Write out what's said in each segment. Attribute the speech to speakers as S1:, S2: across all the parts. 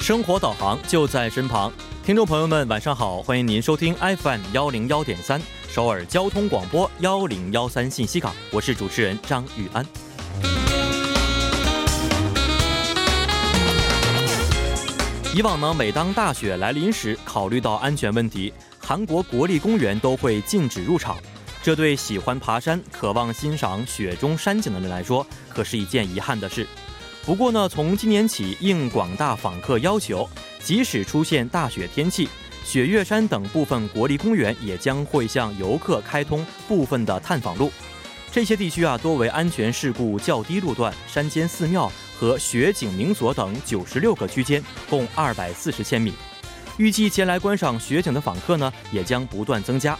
S1: 生活导航就在身旁。听众朋友们，晚上好，欢迎您收听 FM 幺零幺点三首尔交通广播幺零幺三信息港，我是主持人张玉安。以往呢，每当大雪来临时，考虑到安全问题，韩国国立公园都会禁止入场。这对喜欢爬山、渴望欣赏雪中山景的人来说，可是一件遗憾的事。不过呢，从今年起，应广大访客要求，即使出现大雪天气，雪岳山等部分国立公园也将会向游客开通部分的探访路。这些地区啊，多为安全事故较低路段、山间寺庙和雪景名所等九十六个区间，共二百四十千米。预计前来观赏雪景的访客呢，也将不断增加。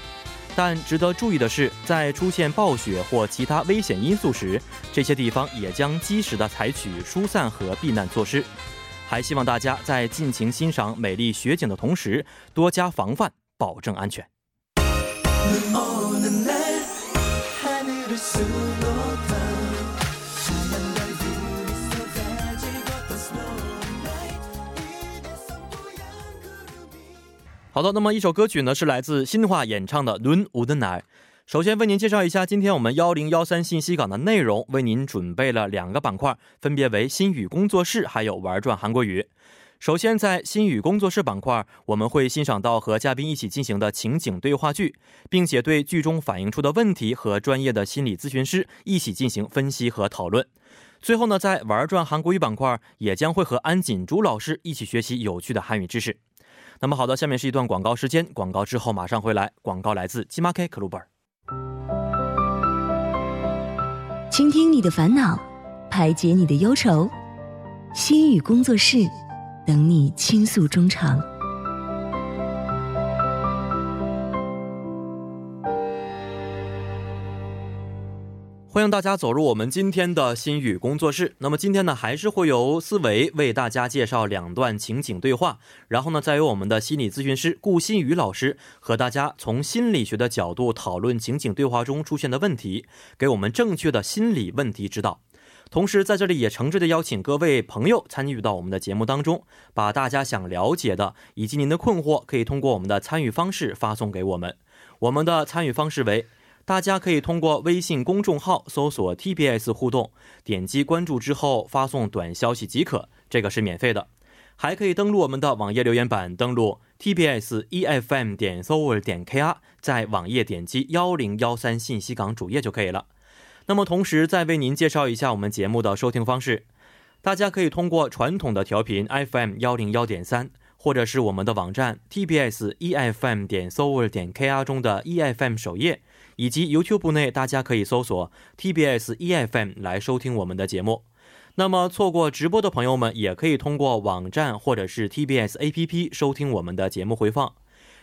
S1: 但值得注意的是，在出现暴雪或其他危险因素时，这些地方也将及时的采取疏散和避难措施。还希望大家在尽情欣赏美丽雪景的同时，多加防范，保证安全。
S2: 눈 오는 날 하늘을 수놓던 하얀 별들 쏟아지고 또 snow night 이대성 뽀얀 구름이
S1: 好的，那么一首歌曲呢是来自新化演唱的《눈오는 날》。首先为您介绍一下今天我们幺零幺三信息港的内容，为您准备了两个板块，分别为新语工作室还有玩转韩国语。首先在新语工作室板块，我们会欣赏到和嘉宾一起进行的情景对话剧，并且对剧中反映出的问题和专业的心理咨询师一起进行分析和讨论。最后呢，在玩转韩国语板块，也将会和安锦珠老师一起学习有趣的韩语知识。那么好的，下面是一段广告时间，广告之后马上回来。广告来自金马 K 克鲁本。
S3: 倾听你的烦恼，排解你的忧愁。心语工作室，等你倾诉衷肠。
S1: 欢迎大家走入我们今天的心语工作室。那么今天呢，还是会由思维为大家介绍两段情景对话，然后呢，再由我们的心理咨询师顾新宇老师和大家从心理学的角度讨论情景对话中出现的问题，给我们正确的心理问题指导。同时，在这里也诚挚的邀请各位朋友参与到我们的节目当中，把大家想了解的以及您的困惑，可以通过我们的参与方式发送给我们。我们的参与方式为：大家可以通过微信公众号搜索 TBS 互动，点击关注之后发送短消息即可，这个是免费的。还可以登录我们的网页留言板，登录 tbs efm E 点 s o u r 点 kr，在网页点击幺零幺三信息港主页就可以了。那么同时再为您介绍一下我们节目的收听方式，大家可以通过传统的调频 FM 幺零幺点三，或者是我们的网站 TBS EFM E 点 s o u r 点 KR 中的 EFM 首页，以及 YouTube 内大家可以搜索 TBS EFM E 来收听我们的节目。那么错过直播的朋友们，也可以通过网站或者是 TBS APP 收听我们的节目回放，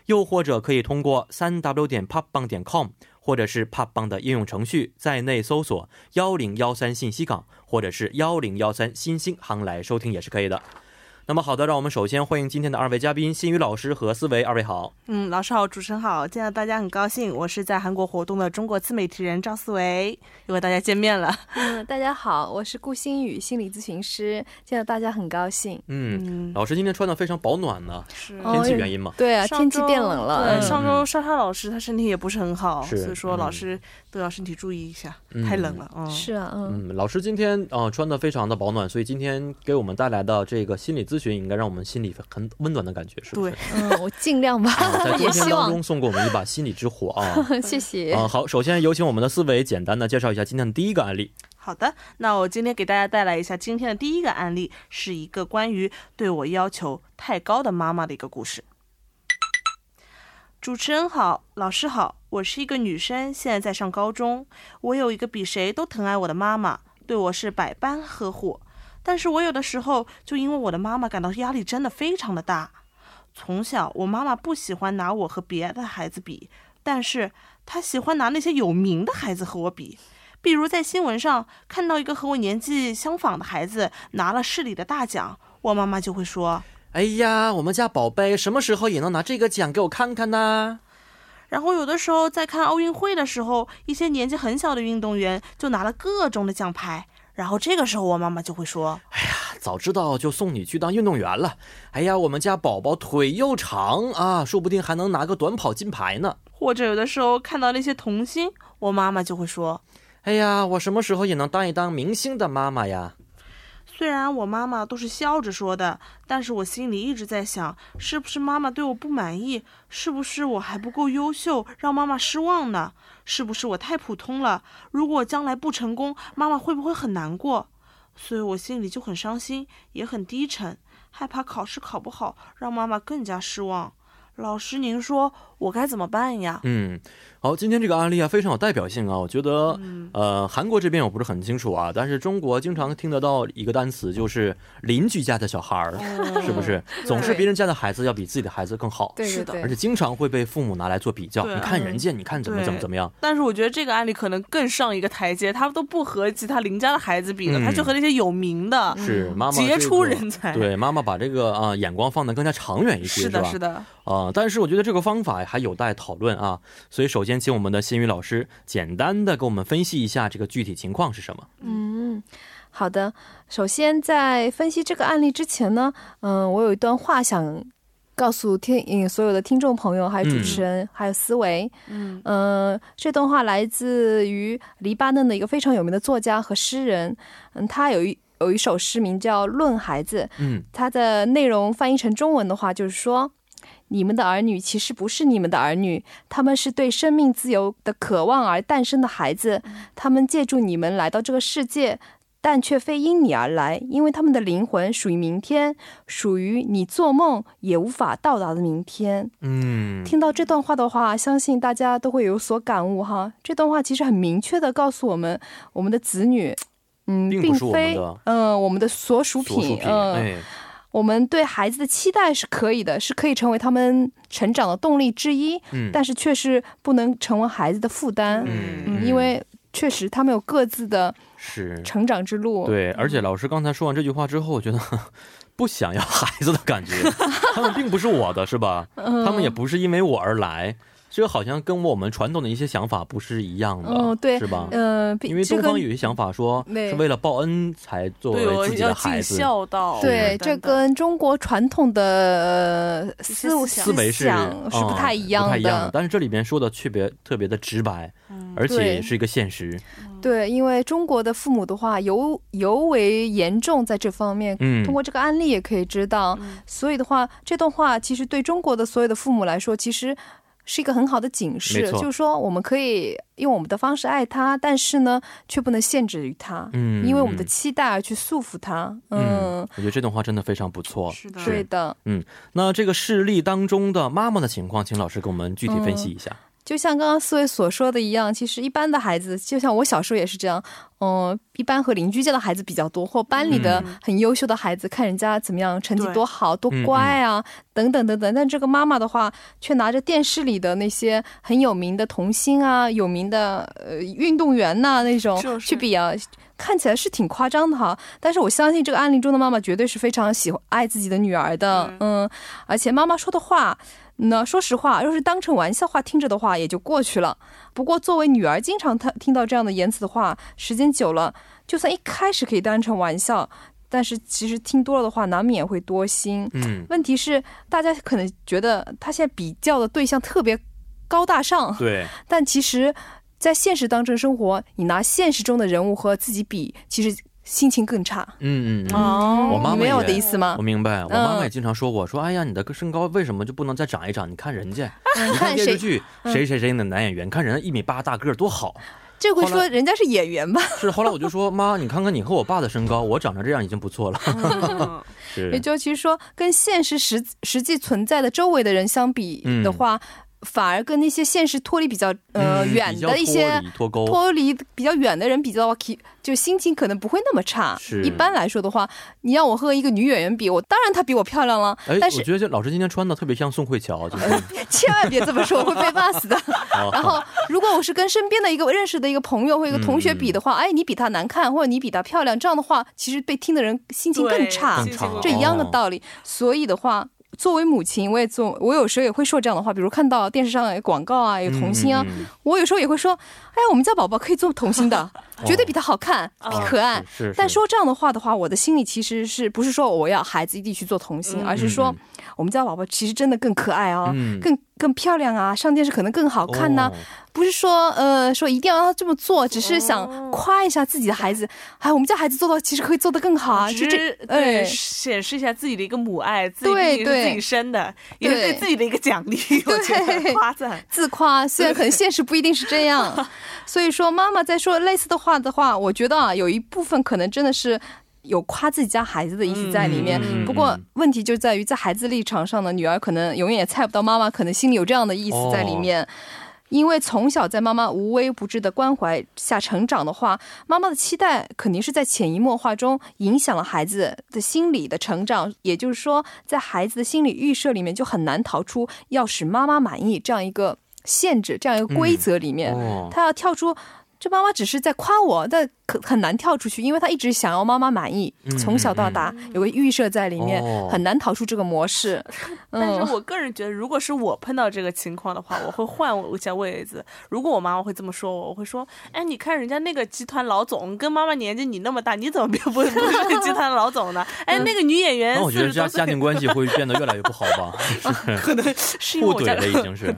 S1: 又或者可以通过三 w 点 p o p b a n g 点 com 或者是 p o p b a n g 的应用程序，在内搜索幺零幺三信息港或者是幺零幺三新星航来收听也是可以的。那么好的，让我们首先欢迎今天的二位嘉宾，新宇老师和思维，二位好。
S4: 嗯，老师好，主持人好，见到大家很高兴。我是在韩国活动的中国自媒体人赵思维，又和大家见面了。
S5: 嗯，大家好，我是顾新宇，心理咨询师，见到大家很高兴。
S1: 嗯，
S4: 嗯，哦
S1: 老师今天穿的非常保暖呢，
S4: 是
S1: 天气原因嘛。
S5: 对啊，
S4: 上
S5: 天气
S4: 周
S5: 变冷了，
S4: 对，
S1: 嗯
S4: 上周莎莎老师她身体也不是很好，
S1: 是
S4: 所以
S1: 嗯
S4: 说老师都要身体注意一下，
S1: 嗯
S4: 太冷了。嗯，
S5: 是啊，嗯，
S1: 嗯，老师今天啊、呃穿的非常的保暖，所以今天给我们带来的这个心理咨询，应该让我们心里很温暖的感觉，是不是？
S4: 对，
S5: 嗯，我尽量吧，
S1: 啊， 在
S5: 也
S1: 冬天
S5: 希
S1: 当
S5: 望。嗯
S1: 中送给我们一把心里之火啊！
S5: 谢谢。
S1: 啊，好，首先有请我们的思维简单的介绍一下今天的第一个案例。
S4: 好的，那我今天给大家带来一下今天的第一个案例，是一个关于对我要求太高的妈妈的一个故事。主持人好，老师好，我是一个女生，现在在上高中。我有一个比谁都疼爱我的妈妈，对我是百般呵护。但是我有的时候就因为我的妈妈感到压力真的非常的大。从小，我妈妈不喜欢拿我和别的孩子比，但是她喜欢拿那些有名的孩子和我比。比如在新闻上看到一个和我年纪相仿的孩子拿了市里的大奖，我妈妈就会说，
S1: 哎呀，我们家宝贝什么时候也能拿这个奖给我看看呢？
S4: 然后有的时候在看奥运会的时候，一些年纪很小的运动员就拿了各种的奖牌，然后这个时候我妈妈就会说
S1: 早知道就送你去当运动员了。哎呀，我们家宝宝腿又长啊，说不定还能拿个短跑金牌呢。
S4: 或者有的时候看到那些童星，我妈妈就会说，
S1: 哎呀，我什么时候也能当一当明星的妈妈呀？
S4: 虽然我妈妈都是笑着说的，但是我心里一直在想，是不是妈妈对我不满意？是不是我还不够优秀，让妈妈失望呢？是不是我太普通了？如果我将来不成功，妈妈会不会很难过？所以我心里就很伤心，也很低沉，害怕考试考不好，让妈妈更加失望。老师，您说我该怎么办呀？
S1: 嗯，好，今天这个案例啊非常有代表性啊，我觉得，
S4: 嗯
S1: 呃，韩国这边我不是很清楚啊，但是中国经常听得到一个单词，就是邻居家的小孩
S4: 哦
S1: 儿，是不是总是别人家的孩子要比自己的孩子更好？
S5: 对
S4: 是
S5: 对
S4: 的
S1: 而
S5: 对
S1: 且，经常会被父母拿来做比较，
S4: 对嗯
S1: 你看人家，你看怎么
S4: 对
S1: 怎么怎么样，
S4: 但是我觉得这个案例可能更上一个台阶，他都不和其他邻家的孩子比了，
S1: 嗯
S4: 他就和那些有名的、
S1: 是妈妈
S4: 嗯杰
S1: 啊这
S4: 出
S1: 个
S4: 人才。
S1: 对，妈妈把这个啊、眼光放得更加长远一些，
S4: 是的，
S1: 吧？
S4: 是的，
S1: 啊、但是我觉得这个方法还有待讨论啊，所以首先请我们的新宇老师简单的给我们分析一下这个具体情况是什么。
S5: 嗯，好的。首先，在分析这个案例之前呢，嗯、我有一段话想告诉听嗯所有的听众朋友，还有主持人，还有思维。
S4: 嗯
S5: 嗯、这段话来自于黎巴嫩的一个非常有名的作家和诗人，嗯，他有一有一首诗名叫《论孩子》，
S1: 嗯
S5: 它的内容翻译成中文的话，就是说，你们的儿女其实不是你们的儿女，他们是对生命自由的渴望而诞生的孩子，他们借助你们来到这个世界。但却非因你而来，因为他们的灵魂属于明天，属于你做梦也无法到达的明天。
S1: 嗯，
S5: 听到这段话的话，相信大家都会有所感悟哈。这段话其实很明确的告诉我们，我们的子女，嗯，
S1: 并
S5: 并
S1: 不是我们
S5: 非
S1: 的
S5: 嗯、呃我们的所属
S1: 所属
S5: 品，
S1: 品，
S5: 嗯、
S1: 哎，
S5: 我们对孩子的期待是可以的，是可以成为他们成长的动力之一，
S1: 嗯，
S5: 但是确实不能成为孩子的负担，
S1: 嗯
S5: 嗯，因为确实他们有各自的
S1: 是
S5: 成嗯长之路，
S1: 对，而且老师刚才说完这句话之后，我觉得不想要孩子的感觉，他们并不是我的，是 吧？
S5: 嗯
S1: 他们也不是因为我而来，这好像跟我们传统的一些想法不是一样的，
S5: 哦对
S1: 是吧？
S5: 呃，比
S1: 因为
S5: 这
S1: 东
S5: 个
S1: 方有些想法说
S5: 对
S1: 是为了报恩才作
S4: 对，我
S1: 为自己
S4: 要
S1: 的
S4: 尽
S1: 孩子，
S4: 孝道。等
S5: 对，这
S4: 等
S5: 跟中国传统的呃
S4: 些
S5: 思
S4: 思
S5: 想
S1: 思维是
S5: 是不太一
S1: 嗯
S5: 样
S1: 不
S5: 的。
S1: 太
S5: 嗯
S1: 一样的。但是这里边说的区别特别的直白，而且
S5: 对
S1: 是一个现实。
S5: 对，因为中国的父母的话尤尤为严重在这方面。
S1: 嗯
S5: 通过这个案例也可以知道，所以的话，这段话其实对中国的所有的父母来说，其实是一个很好的警
S1: 没
S5: 示，
S1: 错
S5: 就是说我们可以用我们的方式爱他，但是呢，却不能限制于他，
S1: 嗯
S5: 因为我们的期待而去束缚他。嗯，
S1: 嗯，我觉得这段话真的非常不错。
S4: 是的，
S5: 对的。
S1: 那这个事例当中的妈妈的情况，请老师给我们具体
S5: 嗯
S1: 分析一下。
S5: 就像刚刚思维所说的一样，其实一般的孩子，就像我小时候也是这样，嗯、一般和邻居家的孩子比较多，或班里的
S1: 嗯
S5: 很优秀的孩子，看人家怎么样，成绩
S4: 对
S5: 多好、多乖
S1: 嗯
S5: 啊，等等等等。但这个妈妈的话，却拿着电视里的那些很有名的童星啊、有名的呃运动员呐、那种、
S4: 就是
S5: 去比啊，看起来是挺夸张的哈。但是我相信这个案例中的妈妈绝对是非常喜欢爱自己的女儿的，嗯，而且妈妈说的话。那说实话，要是当成玩笑话听着的话，也就过去了。不过，作为女儿，经常她听到这样的言辞的话，时间久了，就算一开始可以当成玩笑，但是其实听多了的话，难免会多心。
S1: 嗯，
S5: 问题是，大家可能觉得她现在比较的对象特别高大上，
S1: 对，
S5: 但其实，在现实当中生活，你拿现实中的人物和自己比，其实心情更差。
S1: 嗯嗯嗯。
S4: 哦
S1: 我妈妈
S5: 你明白我
S1: 也
S5: 的意思吗
S1: 我？明白，我妈妈
S5: 嗯
S1: 也经常说我说，哎呀，你的身高为什么就不能再长一长？你看人 家，你看
S5: 看
S1: 电视
S5: 谁嗯
S1: 剧谁谁谁的男演员，看人家一米八大个儿多好。
S5: 这会
S1: 后来
S5: 说人家是演员吧？
S1: 是，后来我就说妈，你看看你和我爸的身高，我长成这样已经不 错了。
S4: 嗯
S1: 是
S5: 也，就其实说，跟现实实实际存在的周围的人相比
S1: 嗯
S5: 的话，反而跟那些现实脱离比较呃、
S1: 嗯
S5: 远
S1: 比较
S5: 的一些
S1: 脱离脱钩，
S5: 脱离比较远的人比较的话，其就心情可能不会那么差
S1: 是。
S5: 一般来说的话，你让我和一个女演员比，我当然她比我漂 亮了，
S1: 哎，我
S5: 但是呃
S1: 觉得这老师今天穿的特别像宋慧乔，就是
S5: 千万别这么说，我会被骂 死的。
S1: 哦
S5: 然后，如果我是跟身边的一个认识的一个朋友或一个同学比的
S1: 嗯
S5: 话，哎，你比她难看或者你比她漂亮，这样的话，其实被听的人心情更
S4: 对
S5: 差
S1: 更。差
S4: 心情
S1: 哦
S5: 这一样的道理。所以的话，作为母亲，我也做，我有时候也会说这样的话，比如看到电视上有广告啊，有童星啊，
S1: 嗯嗯嗯
S5: 我有时候也会说，哎呀，我们家宝宝可以做童星的，绝对比他好看，比可爱。
S1: 哦嗯是是是
S5: 但说这样的话的话，我的心里其实是不是说我要孩子一定去做童星，而是说
S1: 嗯
S5: 我们家宝宝其实真的更可爱哦，
S1: 嗯
S5: 更更漂亮啊，上电视可能更好看呐、
S1: 哦
S5: 不是说呃说一定要这么做，只是想夸一下自己的孩子，哎，我们家孩子做到其实可以做得更好啊，就
S4: 只
S5: 这
S4: 是
S5: 哎
S4: 对，显示一下自己的一个母爱，自己
S5: 对
S4: 毕竟是
S5: 对
S4: 自己生的，也是
S5: 对
S4: 对自己的一个奖励，我觉
S5: 对嗯
S4: 得夸 赞。
S5: 自夸，虽然可 能现实不一定是这样，所以说妈妈在说类似的话的话，我觉得啊，有一部分可能真的是。有夸自己家孩子的意思在里面，
S1: 嗯嗯嗯
S5: 不过问题就在于在孩子立场上呢，女儿可能永远也猜不到妈妈可能心里有这样的意思在里
S1: 哦
S5: 面，因为从小在妈妈无微不至的关怀下成长的话，妈妈的期待肯定是在潜移默化中影响了孩子的心理的成长，也就是说，在孩子的心理预设里面就很难逃出要使妈妈满意这样一个限制、这样一个规则里面，
S1: 哦
S5: 他要跳出。这妈妈只是在夸我，但可很难跳出去，因为他一直想要妈妈满意，
S1: 嗯
S5: 从小到大有个预设在里面，
S1: 哦
S5: 很难逃出这个模式。
S4: 但
S5: 嗯
S4: 是我个人觉得，如果是我碰到这个情况的话，我会换我家位置。如果我妈妈会这么说我，我会说：“哎，你看人家那个集团老总跟妈妈年纪你那么大，你怎么不 不是集团老总呢？哎，那个女演
S1: 嗯
S4: 员
S1: 那我
S4: 四
S1: 觉得
S4: 十
S1: 这样
S4: 多
S1: 家
S4: 岁，
S1: 庭关系会变得越来越不好 吧，
S4: 可能是因为
S1: 互
S4: 我家
S1: 怼嗯 了已经是啊。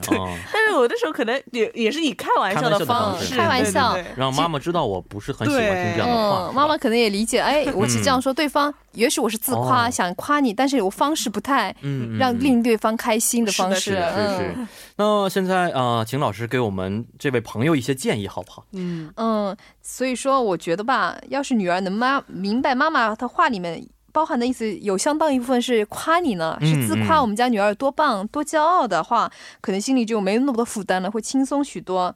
S4: 但是有的时候可能也也是以开玩笑
S1: 开玩笑的
S4: 方
S1: 方式
S5: 开玩笑
S4: 对对对
S1: 让妈妈知道我不是很喜欢听这样的话。
S5: 嗯，妈妈可能也理解，哎，我是这样说，对方也许我是自
S1: 嗯
S5: 夸，
S1: 哦
S5: 想夸你，但是我方式不太
S1: 嗯，嗯
S5: 让
S1: 嗯
S5: 令对方开心的方式。
S4: 是
S1: 是是
S5: 嗯
S1: 是。那现在啊、呃请老师给我们这位朋友一些建议好不好？
S4: 嗯，
S5: 嗯，所以说我觉得吧，要是女儿能妈明白妈妈她话里面。包含的意思有相当一部分是夸你呢，
S1: 嗯
S5: 是自夸
S1: 嗯
S5: 我们家女儿有多棒、多骄傲的话，可能心里就没那么多负担了，会轻松许多。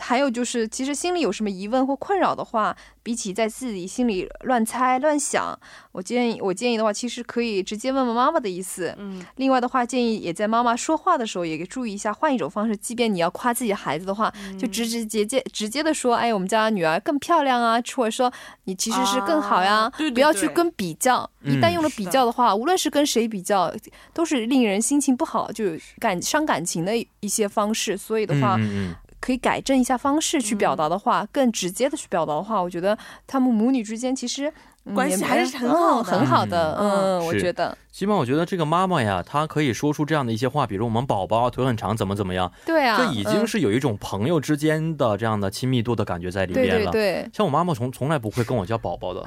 S5: 还有就是，其实心里有什么疑问或困扰的话，比起在自己心里乱猜乱想，我建议我建议的话，其实可以直接问问妈妈的意思。
S4: 嗯，
S5: 另外的话，建议也在妈妈说话的时候，也注意一下，换一种方式。即便你要夸自己孩子的话，
S4: 嗯
S5: 就直直接接直接的说，哎，我们家女儿更漂亮啊，或者说你其实是更好呀，
S4: 啊对对
S5: 不要去
S4: 对
S5: 跟比较。一旦
S1: 嗯
S5: 用了比较的话，无论是跟谁比较，都是令人心情不好，就感伤感情的一些方式。所以的话，
S1: 嗯嗯
S5: 可以改正一下方式去表达的话，
S4: 嗯
S5: 更直接的去表达的话，我觉得他们母女之间其实、嗯
S4: 关系
S5: 也没
S4: 还是很好的
S5: 嗯很好的。嗯，我
S1: 是
S5: 觉得
S1: 嗯，起码我觉得这个妈妈呀，她可以说出这样的一些话，比如我们宝宝啊腿很长，怎么怎么样，
S5: 对啊，
S1: 这已经
S5: 嗯
S1: 是有一种朋友之间的这样的亲密度的感觉在里
S5: 对
S1: 面
S5: 对
S1: 了。
S5: 对，
S1: 像我妈妈从从来不会跟我叫宝宝 的，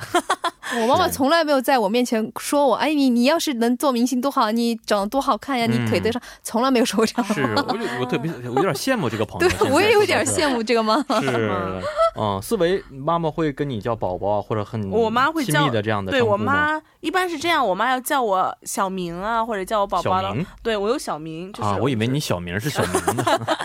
S5: 我妈妈
S1: 对
S5: 从来没有在我面前说我，哎，你你要是能做明星多好，你长得多好看呀，
S1: 嗯
S5: 你腿得上，从来没有说过这样的
S1: 是
S5: 话。
S1: 我就我特别我有点羡慕这个朋友。哦现
S5: 对，
S1: 在
S5: 我也有 点
S1: 是
S5: 羡慕这个妈妈。
S1: 是，嗯，思维妈妈会跟你叫宝宝啊，或者很
S4: 我妈会
S1: 亲
S4: 叫
S1: 密的这样的
S4: 对
S1: 称呼
S4: 我
S1: 吗
S4: 妈一般是这样，我妈要叫我小名啊，或者叫我宝宝
S1: 小
S4: 了
S1: 名。
S4: 对我有小名，就是
S1: 啊，我以为你小名是小明呢。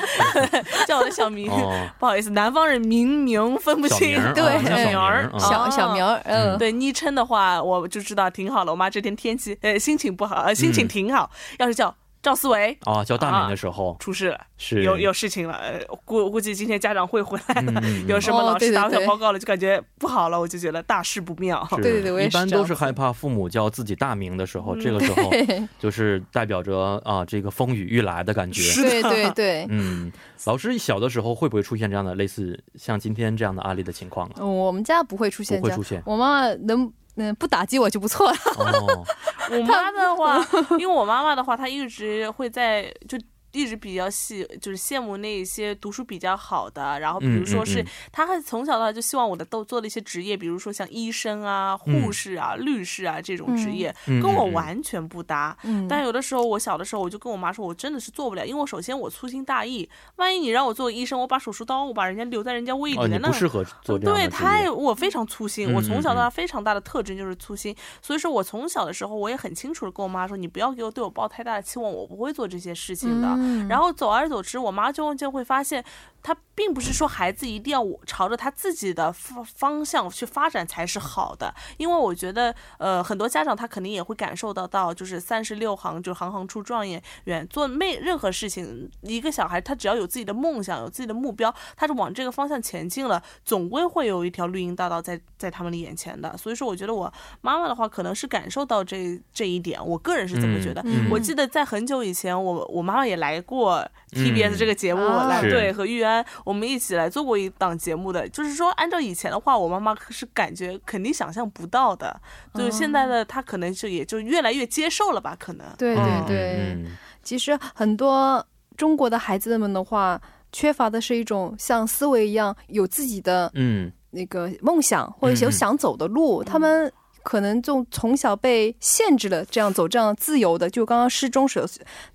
S4: 叫我的小 名。
S1: 哦，
S4: 不好意思，南方人名名分不
S1: 小
S4: 清
S1: 名 儿，
S5: 对
S1: 啊叫小
S5: 哎
S1: 名儿啊
S5: 小小苗儿，
S1: 哦
S5: 嗯，
S4: 对昵称的话，我就知道挺好了。我妈这天天气呃心情不好，呃心情
S1: 嗯
S4: 挺好。要是叫赵思维，
S1: 啊，叫大名的时候
S4: 出事了，
S1: 是
S4: 有有事情了。呃估估计今天家长会回来的，
S1: 嗯嗯嗯
S4: 有什么
S5: 哦
S4: 老
S5: 对
S4: 师
S5: 对
S4: 打小
S5: 对
S4: 报告了，就感觉不好了，我就觉得大事不妙。
S1: 是
S5: 对对对我也
S1: 一般
S5: 是这样
S1: 都是害怕父母叫自己大名的时候，这个时候
S5: 嗯
S1: 就是代表着啊这个风雨欲来的感觉。
S5: 对对对。
S1: 嗯，老师小的时候会不会出现这样的类似像今天这样的案例的情况啊？
S5: 嗯我们家不会出哦现
S1: 不会
S5: 这样
S1: 出 现，
S5: 我妈妈能嗯不打击我就不错了。
S1: 哦，
S4: 我妈的话，因为我妈妈的话，她一直会在就。一直比较喜就是羡慕那一些读书比较好的，然后比
S1: 嗯
S4: 如说是，
S1: 嗯嗯
S4: 她还从小到大就希望我的都做的一些职业，比如说像医生啊、护士啊、律师啊这种职业，
S1: 嗯嗯嗯
S4: 跟我
S1: 嗯
S4: 完全不搭。
S5: 嗯
S4: 但有的时候我小的时候，我就跟我妈说，我真的是做不了，因为我首先我粗心大意，万一你让我做医生，我把手术刀我把人家留在人家胃里
S1: 哦，你
S4: 面，那
S1: 不适合做这样的
S4: 对，
S1: 职
S4: 太
S1: 业。
S4: 我非常粗心，
S1: 嗯
S4: 我从小到
S1: 嗯
S4: 大非常大的特征就是粗心，所以说我从小的时候我也很清楚的跟我妈说，你不要给我对我抱太大的期望，我不会做这些事情的。
S5: 嗯
S4: 然后走而走之，我妈就就会发现，他并不是说孩子一定要我朝着他自己的方方向去发展才是好的，因为我觉得，呃，很多家长他肯定也会感受到到，就是三十六行就行行出状元，远做每任何事情，一个小孩他只要有自己的梦想，有自己的目标，他是往这个方向前进了，总归会有一条绿荫大道在在他们的眼前的。所以说，我觉得我妈妈的话可能是感受到这这一点，我个人是这么觉得。
S5: 嗯
S4: 我记得在很久以前，我我妈妈也来过
S5: 嗯
S4: TBS 这个节目
S5: 啊
S4: 来
S1: 是
S4: 对和玉安我们一起来做过一档节目的，就是说按照以前的话，我妈妈是感觉肯定想象不到的，就是现在的她可能就也就越来越接受了吧，可能。
S5: 哦对对
S1: 嗯
S5: 对，
S1: 嗯
S5: 其实很多中国的孩子们的话，缺乏的是一种像思维一样有自己的
S1: 嗯，
S5: 那个梦想，或者是有想走的路，他们。可能就从小被限制了，这样走这样自由的，就刚刚诗中所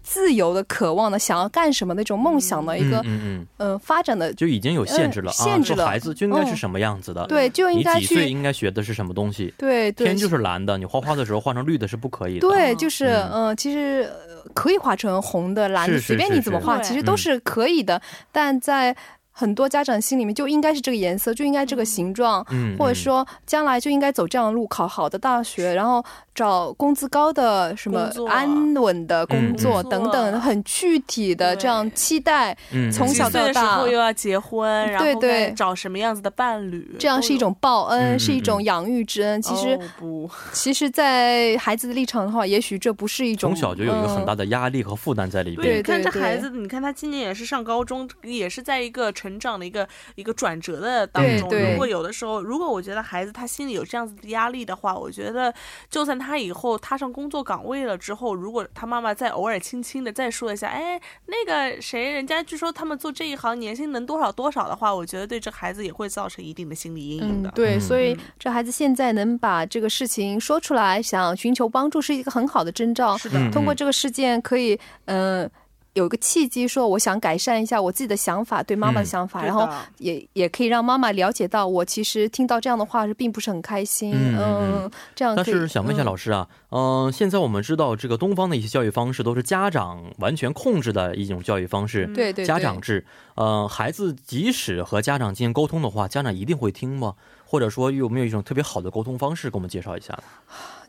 S5: 自由的渴望的，想要干什么那种梦想的一个
S1: 嗯嗯嗯，
S5: 呃发展的，
S1: 就已经有限制了啊，
S5: 嗯限制
S1: 说
S5: 了
S1: 孩子就应该是什么样子的，
S5: 对，就应该
S1: 你几岁
S5: 去，
S1: 应该学的是什么东西，
S5: 对对，
S1: 天就是蓝的，你画画的时候画成绿的是不可以的，
S5: 对，就是嗯、呃其实呃可以画成红的、蓝的，
S1: 是是嗯
S5: 随便你怎么画，
S4: 是是
S5: 其实都是可以的。但在很多家长心里面，就应该是这个颜色，就应该这个形状，
S1: 嗯，嗯，
S5: 或者说将来就应该走这样的路，考好的大学，然后找工资高的、什么
S4: 工作
S5: 安稳的工作
S4: 嗯嗯
S5: 等等，很具体的
S4: 对
S5: 这样期待，
S1: 嗯
S5: 从小
S4: 几岁的
S5: 到
S4: 时
S5: 大
S4: 候又要结婚，然
S5: 对
S4: 后
S5: 对
S4: 该找什么样子的伴侣，
S5: 这样是一种报
S1: 嗯
S5: 恩，
S1: 嗯
S5: 是一种养育之恩。
S4: 都
S5: 其
S4: 有。
S5: 实
S4: 哦，不，
S5: 其实，在孩子的立场的话，也许这不是一种
S1: 从小就有一个很
S5: 嗯
S1: 大的压力和负担在里
S4: 对，
S1: 边
S4: 你，看
S5: 对
S4: 这
S5: 对
S4: 孩子，你看他今年也是上高中，也是在一个成长的一个一个转折的当
S5: 对
S4: 中。
S5: 对
S4: 如果有的时候，如果我觉得孩子他心里有这样子的压力的话，我觉得就算他以后踏上工作岗位了之后，如果他妈妈再偶尔轻轻的再说一下，哎，那个谁，人家据说他们做这一行年薪能多少多少的话，我觉得对这孩子也会造成一定的心理阴影
S5: 嗯
S4: 的。，
S5: 对，
S1: 嗯
S5: 所以这孩子现在能把这个事情说出来，想寻求帮助，是一个很好的征兆。
S4: 是的，
S1: 嗯
S5: 通过这个事件，可以嗯、呃有一个契机，说我想改善一下我自己的想法，对妈妈的
S1: 嗯
S5: 想法，
S4: 对
S5: 然后
S4: 的
S5: 也也可以让妈妈了解到，我其实听到这样的话是并不是很开心。
S1: 嗯嗯嗯
S5: 这样可
S1: 但
S5: 以。
S1: 是想问一下
S5: 嗯
S1: 老师啊，嗯、现在我们知道这个东方的一些教育方式都是家长完全控制的一种教育方式，
S4: 嗯
S5: 对对对
S1: 家长制。呃，孩子即使和家长进行沟通的话，家长一定会听吗？或者说有没有一种特别好的沟通方式，给我们介绍一下 呢？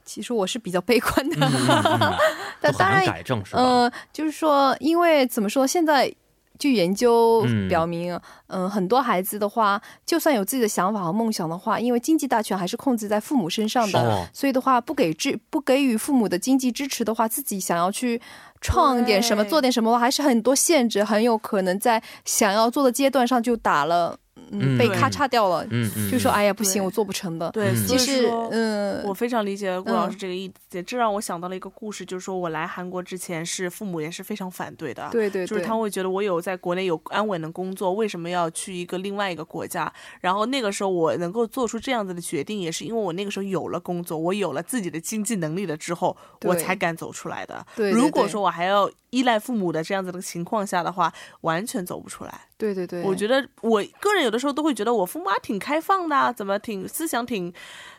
S5: 其实我是比较悲观的，
S1: 嗯 就
S5: 但
S1: 很
S5: 当然
S1: 难改正是吧？
S5: 嗯、就是说，因为怎么说，现在据研究
S1: 嗯
S5: 表明，嗯、很多孩子的话，就算有自己的想法和梦想的话，因为经济大权还是控制在父母身上的，
S1: 哦
S5: 所以的话，不给支不给予父母的经济支持的话，自己想要去创点什么、
S4: 对
S5: 做点什么的话，还是很多限制，很有可能在想要做的阶段上就打了，嗯，
S1: 嗯
S5: 被
S4: 对
S5: 咔嚓掉了，
S1: 嗯嗯，
S5: 就说
S1: 嗯
S5: 哎呀，不行，
S4: 对
S5: 我做不成的。
S4: 对，
S1: 嗯
S4: 所
S5: 其
S4: 以
S5: 实
S4: 说，
S5: 嗯，
S4: 我非常理解顾老师
S5: 嗯
S4: 这个意见，这让我想到了一个故事，就是说我来韩国之前是父母也是非常反对的，
S5: 对对对，
S4: 就是他会觉得我有在国内有安稳的工作，为什么要去一个另外一个国家？然后那个时候我能够做出这样子的决定，也是因为我那个时候有了工作，我有了自己的经济能力了之后，
S5: 对
S4: 我才敢走出来的。
S5: 对对
S4: 如果
S5: 对
S4: 说我还要依赖父母的这样子的情况下的话，完全走不出来。
S5: 对对对，
S4: 我觉得我个人有的时候都会觉得我父母啊挺开放的、啊，怎么挺思想挺，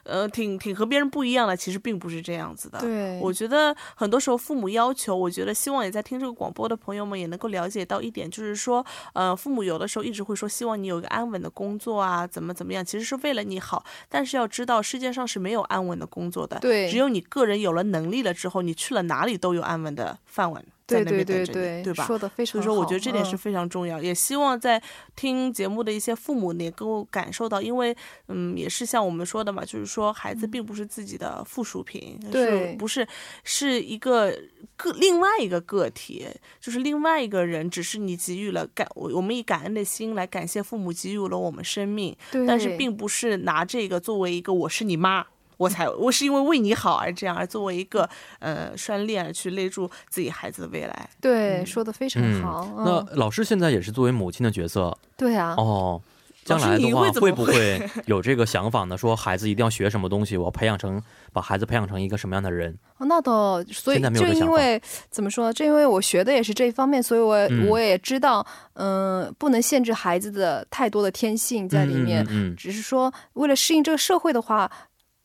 S4: 呃，挺挺和别人不一样的，其实并不是这样子的。
S5: 对，
S4: 我觉得很多时候父母要求，我觉得希望也在听这个广播的朋友们也能够了解到一点，就是说，呃，父母有的时候一直会说希望你有一个安稳的工作啊，怎么怎么样，其实是为了你好。但是要知道，世界上是没有安稳的工作的，
S5: 对
S4: 只有你个人有了能力了之后，你去了哪里都有安稳的饭碗在
S5: 对
S4: 那边
S5: 对对
S4: 等着你，
S5: 对，
S4: 吧？
S5: 说的非
S4: 所
S5: 常
S4: 以
S5: 好。
S4: 说，我觉得这点是
S5: 嗯
S4: 非常重要，也希望在听节目的一些父母能够感受到，因为嗯，也是像我们说的嘛，就是说孩子并不是自己的附属品，
S5: 嗯对
S4: 是不是是一个个另外一个个体，就是另外一个人，只是你给予了感，我我们以感恩的心来感谢父母给予了我们生命，
S5: 对，
S4: 但是并不是拿这个作为一个我是你妈。我才我是因为为你好而这样，而作为一个
S5: 嗯
S4: 呃拴链而去勒住自己孩子的未来。
S5: 对，说的非常
S1: 嗯
S5: 好。嗯
S1: 那老师现在也是作为母亲的角色
S5: 对啊，
S1: 哦。
S4: 老
S1: 将
S4: 师
S1: 来的
S4: 你
S1: 话
S4: 会，怎么
S1: 不会有这个想法呢？说孩子一定要学什么东西，我要培养成，把孩子培养成一个什么样的人？
S5: 哦那倒，所以
S1: 现在没有
S5: 就
S1: 这想
S5: 因
S1: 法
S5: 为怎么说？正因为我学的也是这一方面，所以我、
S1: 嗯
S5: 我也知道，嗯、不能限制孩子的太多的天性在里面，
S1: 嗯，嗯嗯
S5: 只是说为了适应这个社会的话。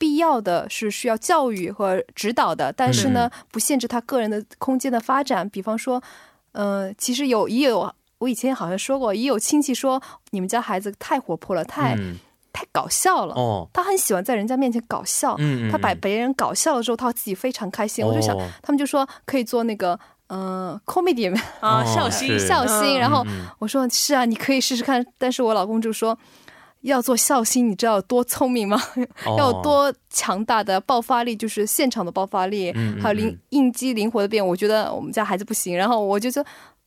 S5: 必要的是需要教育和指导的，但
S1: 嗯
S5: 是呢，不限制他个人的空间的发展。比方说，呃，其实有也有我以前好像说过，也有亲戚说你们家孩子太活泼了，太、
S1: 嗯
S5: 太搞笑了。
S1: 哦，
S5: 他很喜欢在人家面前搞笑，
S1: 嗯，嗯
S5: 他把
S1: 嗯
S5: 别人搞笑了之后，他自己非常开心。我就想，
S1: 哦
S5: 他们就说可以做那个呃 comedy
S1: 哦
S4: 啊，孝
S1: 是
S4: 心
S5: 孝心，然后
S1: 嗯嗯
S5: 我说是啊，你可以试试看。但是我老公就说。要做孝心，你知道有多聪明吗？
S1: 哦
S5: 要有多强大的爆发力，就是现场的爆发力，
S1: 嗯嗯
S5: 还有灵
S1: 嗯
S5: 应激灵活的变。我觉得我们家孩子不行，然后我就说，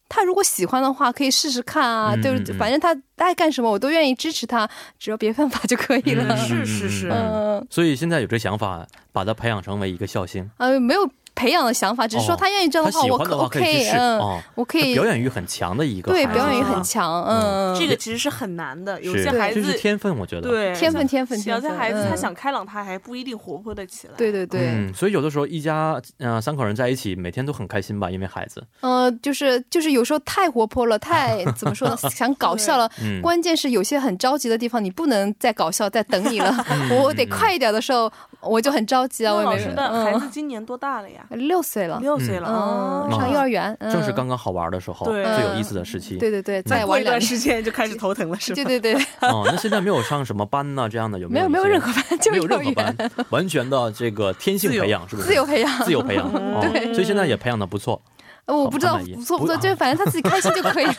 S5: 他如果喜欢的话，可以试试看啊。
S1: 嗯
S5: 就
S1: 嗯
S5: 是
S1: 嗯
S5: 反正他爱干什么，我都愿意支持他，只要别犯法就可以了。
S1: 嗯
S4: 是是是
S5: 嗯
S1: 所以现在有这想法，把他培养成为一个孝星。
S5: 呃，没有培养的想法，只是说
S1: 哦
S5: 他愿意这样
S1: 他
S5: 的话，
S1: 喜
S5: 我
S1: 欢
S5: 可
S1: 的话可以去
S5: OK，
S1: 试
S5: 嗯，
S1: 哦，
S5: 我可以
S1: 表演欲很强的一个
S5: 对
S1: 孩子
S5: 表演欲
S4: 啊
S5: 很强，嗯，
S4: 这个其实是很难的，有
S1: 是
S4: 些孩
S1: 这是
S4: 子
S1: 天分，我觉得。
S4: 对
S5: 天分天分
S4: 有
S5: 天
S4: 些
S5: 分，
S4: 孩子
S5: 嗯
S4: 他想开朗，他还不一定活泼的起来。
S5: 对对对，
S1: 嗯，所以有的时候一家嗯、呃三口人在一起，每天都很开心吧，因为孩子。
S5: 呃，就是就是有时候太活泼了，太怎么说 呢，想搞笑了。
S1: 嗯，
S5: 关键是有些很着急的地方，你不能再搞笑，再等你了。
S4: 嗯
S5: 我得快一点的时候，我就很着急啊，
S4: 那
S5: 我
S4: 老
S5: 也
S4: 师
S5: 没
S4: 的孩
S5: 嗯，
S4: 子今年多大了呀？
S5: 六岁了，
S4: 六岁了，
S5: 嗯，
S4: 哦
S5: 上幼儿园，嗯
S1: 正是刚刚嗯好玩的时候，
S4: 对
S1: 最有意思的时期。
S5: 对对对，再
S4: 再过
S5: 玩
S4: 一
S5: 两
S4: 段
S5: 年，
S4: 时间就开始头疼了，是吧？
S5: 对对对，
S1: 哦，那现在没有上什么班呐、这样的有
S5: 没
S1: 有
S5: 有
S1: 一些？
S5: 没有任何班， 就
S1: 没有
S5: 幼
S1: 任
S5: 儿
S1: 何
S5: 园
S1: 班，完全的这个天性
S4: 自由
S1: 培养，是不是？
S5: 自由培养
S1: 自。由培养，哦、
S5: 对
S1: 所以现在也培养的不错
S5: 呃我
S1: 好
S5: 不知道
S1: 不满意
S5: 不错
S1: 不
S5: 不错，就是反正他自己开心就可 以了。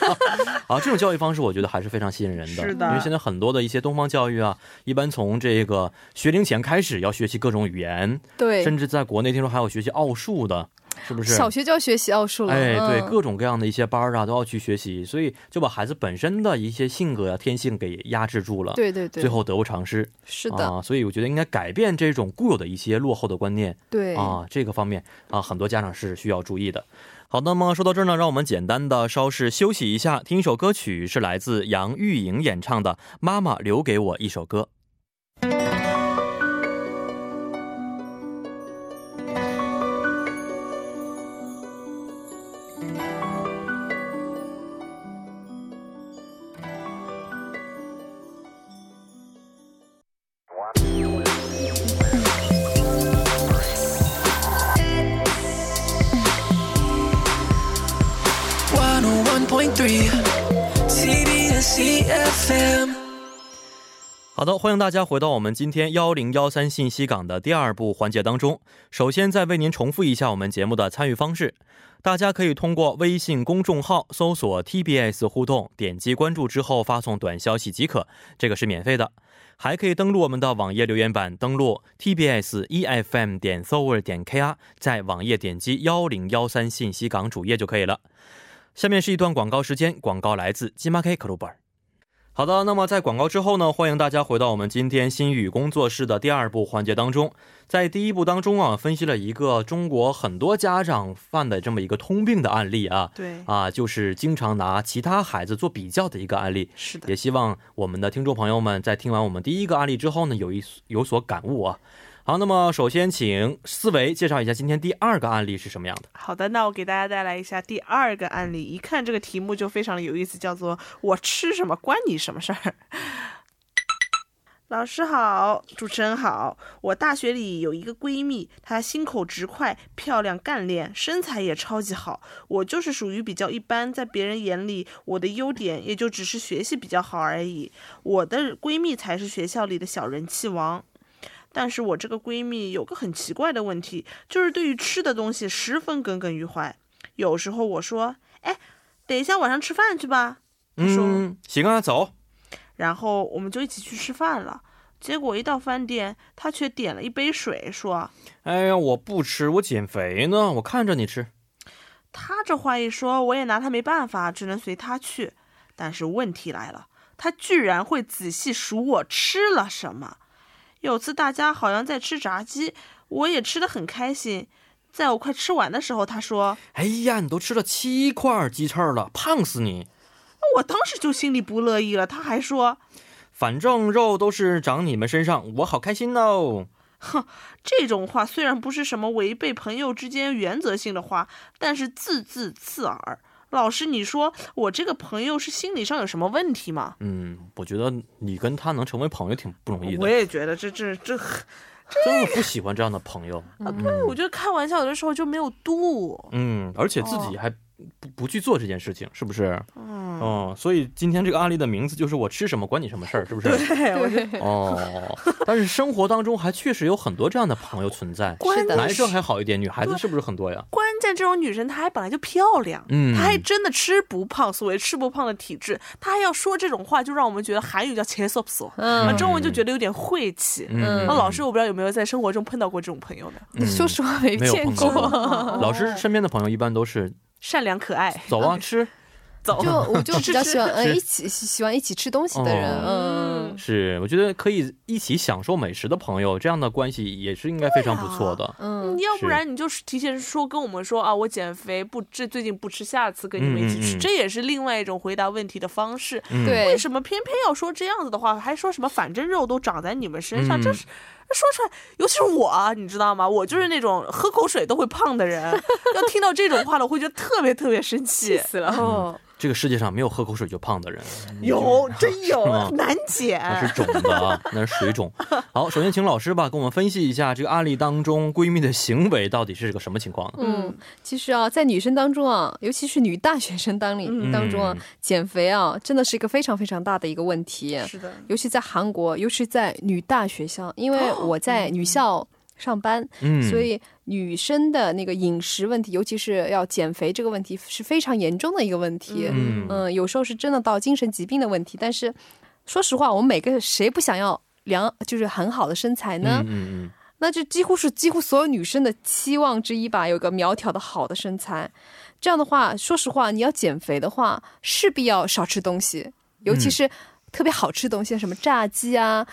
S1: 啊。这种教育方式，我觉得还是非常吸引人的。
S4: 是的
S1: 因为现在很多的一些东方教育啊，一般从这个学龄前开始要学习各种语言，
S5: 对，
S1: 甚至在国内听说还有学习奥数的，是不是？
S5: 小学就要学习奥数了。
S1: 哎，对，
S5: 嗯
S1: 各种各样的一些班儿啊，都要去学习，所以就把孩子本身的一些性格呀、天性给压制住了。。
S5: 对对对，
S1: 最后得不偿失，
S5: 是的，
S1: 啊，所以我觉得应该改变这种固有的一些落后的观念
S5: 对，
S1: 啊，这个方面啊，很多家长是需要注意的。好的，那么说到这儿呢，让我们简单的稍事休息一下，听一首歌曲，是来自杨钰莹演唱的《妈妈留给我一首歌》。
S2: 101.3 CBS EFM
S1: 好的，欢迎大家回到我们今天幺零幺三信息港的第二部环节当中。首先，再为您重复一下我们节目的参与方式，大家可以通过微信公众号搜索 TBS 互动，点击关注之后发送短消息即可，这个是免费的。还可以登录我们的网页留言板，登录 tbs efm E 点 s o w e r 点 kr，在网页点击幺零幺三信息港主页就可以了。下面是一段广告时间，广告来自金马 K 克鲁本。好的，那么在广告之后呢，欢迎大家回到我们今天心语工作室的第二部环节当中。在第一部当中啊，分析了一个中国很多家长犯的这么一个通病的案例啊，
S4: 对，
S1: 啊，就是经常拿其他孩子做比较的一个案例。
S4: 是的，
S1: 也希望我们的听众朋友们在听完我们第一个案例之后呢，有一有所感悟啊。好，那么首先请思维介绍一下今天第二个案例是什么样的。
S4: 好的，那我给大家带来一下第二个案例，一看这个题目就非常的有意思，叫做“我吃什么关你什么事儿”。老师好，主持人好。我大学里有一个闺蜜，她心口直快，漂亮干练，身材也超级好。我就是属于比较一般，在别人眼里，我的优点也就只是学习比较好而已。我的闺蜜才是学校里的小人气王。但是我这个闺蜜有个很奇怪的问题，就是对于吃的东西十分耿耿于怀。有时候我说：“哎，等一下晚上吃饭去吧。”她说：“
S1: 嗯，行啊，走。
S4: 然后我们就一起去吃饭了。结果一到饭店，他却点了一杯水，说
S1: 哎呀，我不吃，我减肥呢，我看着你吃。
S4: 他这话一说，我也拿他没办法，只能随他去。但是问题来了，他居然会仔细数我吃了什么。有次大家好像在吃炸鸡，我也吃的很开心。在我快吃完的时候，他说
S1: 哎呀，你都吃了七块鸡翅了，胖死你！：“
S4: 我当时就心里不乐意了。”他还说
S1: 反正肉都是长你们身上，我好开心哦。
S4: 这种话虽然不是什么违背朋友之间原则性的话，但是字字刺耳。老师，你说我这个朋友是心理上有什么问题吗？
S1: 嗯，我觉得你跟他能成为朋友挺不容易
S4: 我
S1: 的，
S4: 也觉得这这这，
S1: 真的不喜欢这样的朋友。
S4: 对我觉得开玩笑有的时候就没有度。
S1: 嗯，而且自己还不不去做这件事情，是不是？
S4: 嗯，
S1: 嗯，所以今天这个案例的名字就是我吃什么管你什么事儿，是不是？
S4: 对，我 觉得
S1: 哦，但是生活当中还确实有很多这样的朋友存在，
S4: 关
S1: 男生还好一点，女孩子是不是很多呀？
S4: 关键这种女生她还本来就漂亮，
S1: 嗯
S4: 她还真的吃不胖，所谓吃不胖的体质，她还要说这种话，就让我们觉得韩语叫 c h e s o p s o
S5: 嗯，
S4: 中文就觉得有点晦气。
S1: 嗯，
S4: 那老师，我不知道有没有在生活中碰到过这种朋友呢？
S5: 说实话没
S1: 没有
S5: 见
S1: 碰到
S5: 过。
S1: 老师身边的朋友一般都是
S4: 善良可爱，
S1: 走啊吃，
S4: 走
S5: 就。我就比较喜欢呃
S1: 是
S5: 一起喜喜欢一起吃东西的
S1: 哦
S5: 人，嗯，
S1: 是我觉得可以一起享受美食的朋友，这样的关系也是应该非常不错的。
S5: 嗯，
S4: 要
S1: 是
S4: 不然你就是提前说跟我们说啊，我减肥不这最近不吃，下次跟你们一起
S1: 嗯
S4: 吃，
S1: 嗯嗯
S4: 这也是另外一种回答问题的方式。
S1: 嗯
S5: 对
S4: 为，什么偏偏要说这样子的话？还说什么反正肉都长在你们身上，
S1: 嗯
S4: 这是说出来，尤其是我啊，你知道吗？我就是那种喝口水都会胖 的人，要听到这种话了，我会觉得特别特别生气。
S5: 死了。哦，
S1: 这个世界上没有喝口水就胖的人，
S4: 有真有
S1: 吗
S4: 难解，
S1: 那
S5: 哎
S1: 是肿的啊，那是水肿。好，首先请老师吧，跟我们分析一下这个案例当中闺蜜的行为到底是个什么情况呢？
S5: 嗯，其实啊，在女生当中啊，尤其是女大学生当里、当中啊
S1: 嗯，
S5: 减肥啊，真的是一个非常非常大的一个问题。
S4: 是的，
S5: 尤其在韩国，尤其在女大学校，因为我在女校上班，
S1: 嗯，
S5: 所以女生的那个饮食问题，尤其是要减肥这个问题，是非常严重的一个问题。
S1: 嗯
S4: 嗯
S5: 嗯，有时候是真的到精神疾病的问题。但是说实话，我们每个谁不想要良，就是很好的身材呢？
S1: 嗯嗯
S5: 那就几乎是几乎所有女生的期望之一吧，有个苗条的好的身材。这样的话，说实话，你要减肥的话，势必要少吃东西，尤
S1: 嗯
S5: 其是特别好吃的东西，什么炸鸡啊、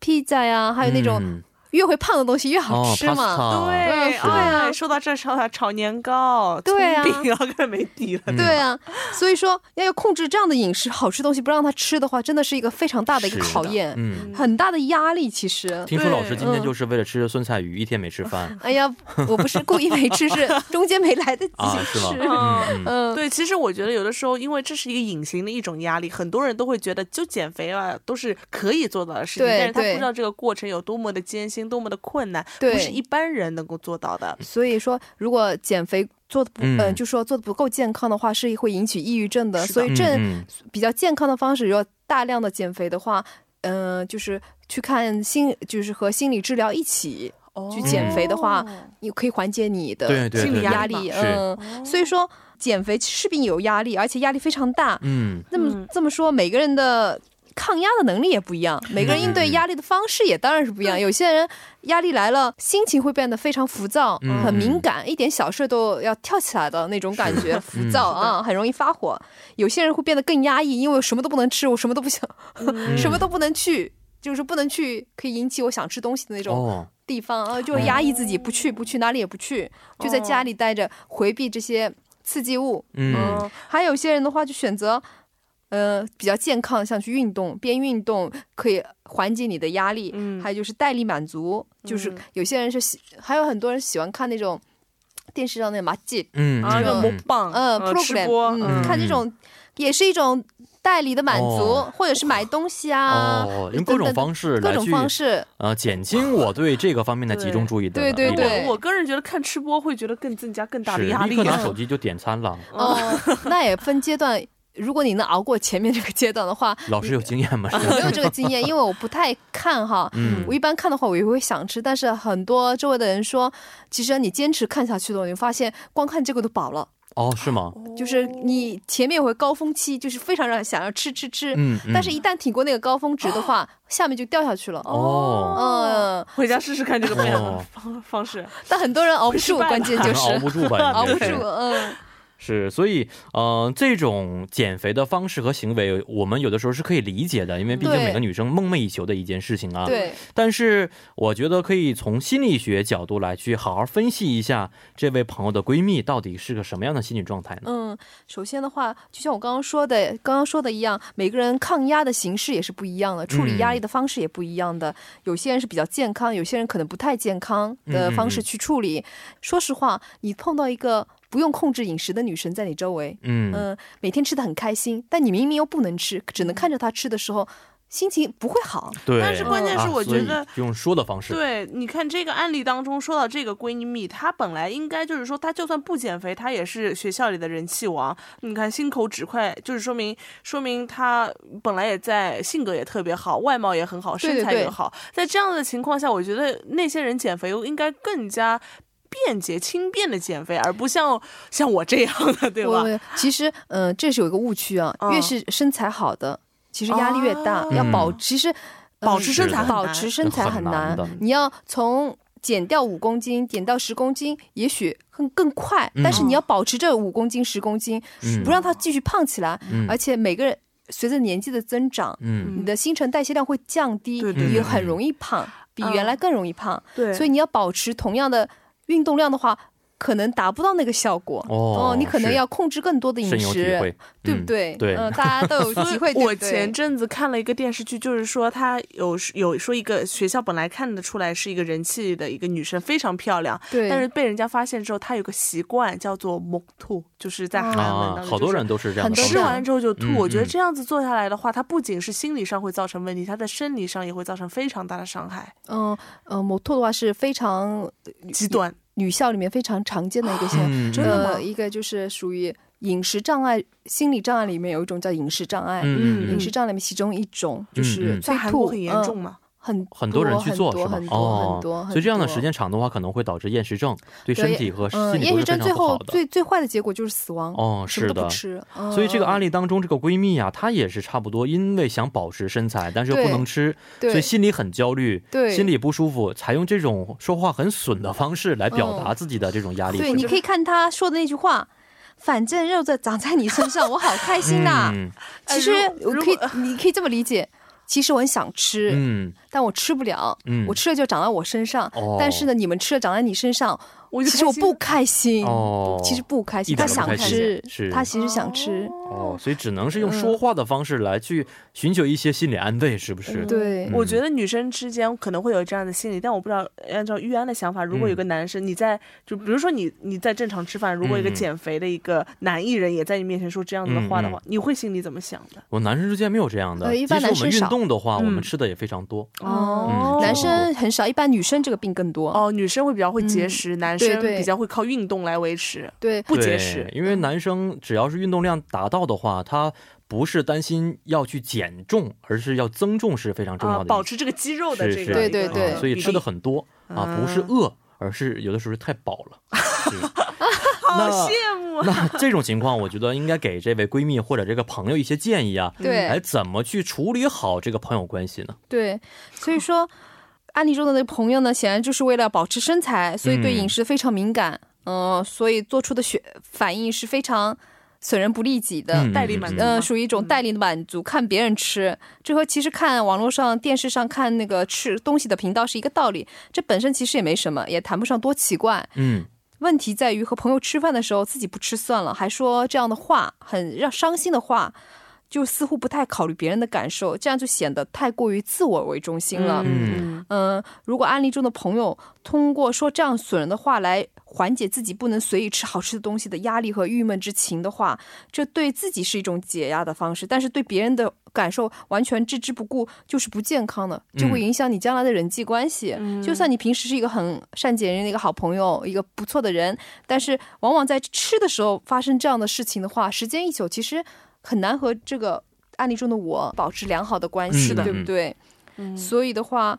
S5: 披萨呀、还有那种
S1: 嗯
S5: 越会胖的东西越好
S1: 哦
S5: 吃嘛。
S1: ，pasta
S4: 对
S5: 是的
S4: 啊，说到这儿，炒炒年糕、
S5: 对啊
S4: 葱饼啊，更没底了。
S1: 嗯
S5: 对啊，所以说要要控制这样的饮食，好吃东西不让他吃的话，真的是一个非常大的一个
S1: 是
S5: 考验，
S1: 嗯，
S5: 很大的压力。其实，
S1: 听说老师
S4: 对
S1: 今天
S5: 嗯
S1: 就是为了吃酸菜鱼，一天没吃 饭
S5: 哎呀，我不是故意没吃，是中间没来得及
S1: 啊，是
S5: 吃。
S1: 吗？嗯嗯
S5: 嗯，
S4: 对，其实我觉得有的时候，因为这是一个隐形的一种压力，很多人都会觉得就减肥啊都是可以做到的事情，
S5: 对
S4: 但是他
S5: 对
S4: 不知道这个过程有多么的艰辛，多么的困难，
S5: 对
S4: 不是一般人能够做到的。
S5: 所以说，如果减肥做的不，
S1: 嗯
S5: 呃，就说做的不够健康的话，是会引起抑郁症的。
S4: 是的
S5: 所以，正
S1: 嗯
S5: 比较健康的方式，如果大量的减肥的话，嗯、就是去看心，就是和心理治疗一起去减肥的话，你可以缓解你的
S1: 对对
S5: 心理
S1: 对
S5: 压
S4: 对
S5: 力。
S1: 是
S5: 嗯，所以说减肥势必有压力，而且压力非常大。
S1: 嗯
S5: 那么
S4: 嗯
S5: 这么说，每个人的抗压的能力也不一样，每个
S1: 嗯
S5: 人应对压力的方式也当然是不一样。有些人压力来了，心情会变得非常浮躁，
S1: 嗯
S5: 很敏感，一点小事都要跳起来的那种感觉，浮躁
S1: 嗯
S5: 啊，很容易发火。有些人会变得更压抑，因为我什么都不能吃，我什么都不想，
S1: 嗯
S5: 什么都不能去。就是不能去可以引起我想吃东西的那种
S1: 哦，
S5: 地方，啊，就
S4: 嗯
S5: 是压抑自己，不去不去哪里也不去，就在
S4: 哦
S5: 家里待着，回避这些刺激物。
S1: 嗯
S5: 还有些人的话就选择，呃，比较健康，像去运动，边运动可以缓解你的压力。
S4: 嗯
S5: 还有就是带力满足，就是
S4: 嗯
S5: 有些人是喜，还有很多人喜欢看那种电视上那马记，
S1: 嗯
S4: 啊，
S5: 这
S4: 那
S5: 种
S4: 模棒，
S5: 嗯
S4: 呃吃
S5: ，program，
S4: 播，
S5: 嗯，看这种也是一种带力的满足，
S1: 哦
S5: 或者是买东西啊，
S1: 哦，用各种
S5: 等等
S1: 方式
S5: 各
S1: 来
S5: 种
S1: 去
S5: 方式，
S1: 呃减轻我对这个方面的集中注意的
S5: 对对
S1: 力
S5: 对
S1: 量
S4: 我我个人觉得看吃播会觉得更增加更大的
S1: 是
S4: 压
S1: 立
S4: 力
S1: 刻
S4: 啊
S1: 拿手机就点餐了。
S5: 哦，那也分阶段。如果你能熬过前面这个阶段的话，
S1: 老师有经验吗？
S5: 我没有这个经验，因为我不太看哈。
S1: 嗯
S5: 我一般看的话，我也会想吃，但是很多周围的人说，其实你坚持看下去的话，你发现光看这个都饱了，
S1: 哦，是吗？
S5: 就是你前面有个高峰期，就是非常让想要吃吃吃，
S1: 嗯，嗯
S5: 但是一旦挺过那个高峰值的
S4: 哦
S5: 话，下面就掉下去了。
S1: 哦，
S5: 嗯，
S4: 回家试试看这个方
S1: 哦
S4: 方方式。
S5: 但很多人熬不
S4: 失
S5: 住，
S4: 败了
S5: 关键哦就
S1: 熬
S5: 是
S1: 不住吧，
S5: 熬不
S1: 应
S5: 住
S1: 该是。
S5: 嗯，
S1: 是，所以，嗯、这种减肥的方式和行为，我们有的时候是可以理解的，因为毕竟
S5: 对
S1: 每个女生梦寐以求的一件事情 啊。。
S5: 对，
S1: 但是，我觉得可以从心理学角度来去好好分析一下这位朋友的闺蜜到底是个什么样的心理状态呢？
S5: 嗯，首先的话，就像我刚刚说的，刚刚说的一样，每个人抗压的形式也是不一样的，处理压力的方式也不一样的。有些人是比较健康，有些人可能不太健康的方式去处理。说实话，你碰到一个不用控制饮食的女神在你周围，
S1: 嗯
S5: 嗯、每天吃的很开心，但你明明又不能吃，只能看着她吃的时候。心情不会好。
S1: 对，
S4: 但是关键是
S1: 啊
S4: 我
S1: 所
S4: 觉
S1: 以
S4: 得
S1: 用说的方式，
S4: 对，你看这个案例当中说到这个闺蜜，她本来应该就是说，她就算不减肥，她也是学校里的人气王。你看心口直快，就是说明说明她本来也在，性格也特别好，外貌也很好，
S5: 对
S4: 身
S5: 对
S4: 材
S5: 对
S4: 也好。在这样的情况下，我觉得那些人减肥应该更加。便捷轻便的减肥，而不像像我这样的，对吧？
S5: 我其实，嗯、这是有一个误区啊，
S4: 嗯
S5: 越是身材好的，其实压力越大，
S4: 哦
S5: 要保
S1: 嗯
S5: 其实、呃
S4: 保持身材很
S5: 保
S4: 难
S5: 持身材很
S1: 很难的
S5: 你要从。减掉五公斤，减掉十公斤，也许更更快，
S1: 嗯
S5: 但是你要保持这五公斤、十公斤，
S1: 嗯
S5: 不让它继续胖起来。
S1: 嗯
S5: 而且每个人随着年纪的增长，
S1: 嗯
S5: 你的新陈代谢量会降低，
S4: 对对嗯
S5: 你
S1: 对
S5: 很容易胖，比原来更容易胖。
S4: 对
S5: 所以你要保持同样的运动量的话，可能达不到那个效果。
S1: 哦
S5: 你可能
S1: 是
S5: 要控制更多的饮
S1: 深有体
S5: 食
S1: 会，，
S5: 对不
S1: 嗯
S5: 对？
S1: 对
S5: 嗯、大家都 有机会。对
S4: 我
S5: 不对
S4: 前阵子看了一个电视剧，就是说她有有说一个学校本来看得出来是一个人气的一个女生，非常漂亮，
S5: 对，
S4: 但是被人家发现之后，她有个习惯叫做 m o t 就是在韩文当
S1: 啊，
S4: 中
S1: 好多人都是这样的方
S5: 很多
S4: 吃
S1: 式
S5: 人
S4: 完之后就吐。
S1: 嗯
S4: 我觉得
S1: 嗯
S4: 这样子做下来的话，它不仅是心理上会造成问题，它在生理上也会造成非常大的伤害。
S5: 嗯呃，模特的话是非常
S4: 极端，
S5: 女校里面非常常见的一个现象，
S1: 嗯，
S4: 真的吗
S5: 呃，一个就是属于饮食障碍、心理障碍里面有一种叫饮食障碍。
S1: 嗯嗯
S5: 饮
S1: 嗯，
S5: 食障碍里面其中一种就
S1: 嗯
S5: 是
S1: 嗯
S4: 在
S5: 催
S4: 韩
S5: 吐，
S4: 国很严
S5: 嗯
S4: 重嘛？
S5: 很
S1: 很多人去做是
S5: 很多
S1: 吧
S5: 很？多很多
S1: 哦，
S5: 很
S1: 所以这样的
S5: 多
S1: 时间长的话，可能会导致厌食症，对
S5: 对
S1: 身体和心
S5: 嗯，
S1: 理
S5: 厌
S1: 都
S5: 食
S1: 是非
S5: 症最
S1: 常不
S5: 后
S1: 好的。
S5: 最最坏的结果就是死亡，
S1: 哦，
S5: 什么
S1: 是
S5: 都
S1: 的
S5: 不。吃。嗯
S1: 所以这个案
S5: 嗯
S1: 例当中，这个闺蜜啊，她也是差不多，因为想保持身材，但是又不
S5: 对
S1: 能吃，所以
S5: 对
S1: 心里很焦虑，
S5: 对
S1: 心里不舒服，采用这种说话很损的方式来表达自己的这种压力。
S5: 嗯对，
S1: 是吗
S5: 你可以看他说的那句话。反正肉在长在你身上，我好开心呐、
S1: 嗯
S5: 其实
S4: 哎如
S5: 我可以
S4: 如果，
S5: 你可以这么理解。其实我很想吃，
S1: 嗯
S5: 但我吃不了。
S1: 嗯
S5: 我吃了就长在我身上，
S1: 哦
S5: 但是呢，你们吃了长在你身上，
S4: 我就
S5: 其实我
S4: 开心
S5: 不开心。
S1: 哦
S5: 其实不开心，
S1: 一
S5: 他
S1: 点都不
S5: 想
S1: 开心
S5: 吃
S1: 是，
S5: 他其实想吃。
S1: 哦，所以只能是
S4: 嗯
S1: 用说话的方式来去寻求一些心理安慰，是不是？
S4: 嗯
S5: 对，
S4: 我觉得女生之间可能会有这样的心理，但我不知道按照玉安的想法，如
S1: 嗯
S4: 果有个男生，你在就比如说你你在正常吃饭，如果有
S1: 嗯
S4: 个
S1: 嗯嗯
S4: 减肥的一个男艺人也在你面前说这样子的话的话，你会心里怎么想的？
S1: 我男生之间没有这样的，
S5: 呃一般
S1: 即使我
S5: 男
S1: 们运
S5: 生少
S1: 动的话，我们
S4: 嗯
S1: 吃的也非常多。
S5: 哦
S1: 嗯
S5: 男生很少，一般女生这个病更多。
S4: 哦，女生会比较会节食，男生
S5: 对
S4: 比较会靠运动来维持，
S5: 对，
S4: 不
S1: 对
S4: 节食。嗯
S1: 因为男生只要是运动量达到的话，他不是担心要去减重，而是要增重是非常重要
S4: 啊，
S1: 的一个、
S4: 保持这个肌肉的
S1: 是
S4: 这
S1: 是
S4: 个，
S5: 对
S4: 一
S5: 对
S4: 个
S5: 对
S1: 啊所以
S4: 比
S1: 吃的
S4: 例
S1: 很多啊，不是饿，而是有的时候太饱 了。是
S4: 好
S1: 那
S4: 羡慕 啊！
S1: 那这种情况，我觉得应该给这位闺蜜或者这个朋友一些建议啊，
S5: 对
S1: 哎，怎么去处理好这个朋友关系呢？
S5: 对，所以说，案例中的那个朋友呢，显然就是为了保持身材，所以对饮食非常敏感，嗯、所以做出的选反应是非常损人不利己的。
S1: 嗯
S4: 代理满足
S5: 嗯、
S4: 吗
S5: 属于一种代理的满足，看别人吃，这和其实看网络上、电视上看那个吃东西的频道是一个道理。这本身其实也没什么，也谈不上多奇怪。
S1: 嗯，
S5: 问题在于和朋友吃饭的时候自己不吃算了，还说这样的话，很让伤心的话，就似乎不太考虑别人的感受，这样就显得太过于自我为中心了。
S1: 嗯
S5: 嗯，如果案例中的朋友通过说这样损人的话来缓解自己不能随意吃好吃的东西的压力和郁闷之情的话，这对自己是一种解压的方式，但是对别人的感受完全置之不顾，就是不健康的，就
S1: 嗯
S5: 会影响你将来的人际关系。就算你平时是一个很善解人意的一个好朋友，一个不错的人，但是往往在吃的时候发生这样的事情的话，时间一久，其实很难和这个案例中的我保持良好的关系，
S1: 是的
S5: 对不
S1: 嗯
S5: 对？所以的话，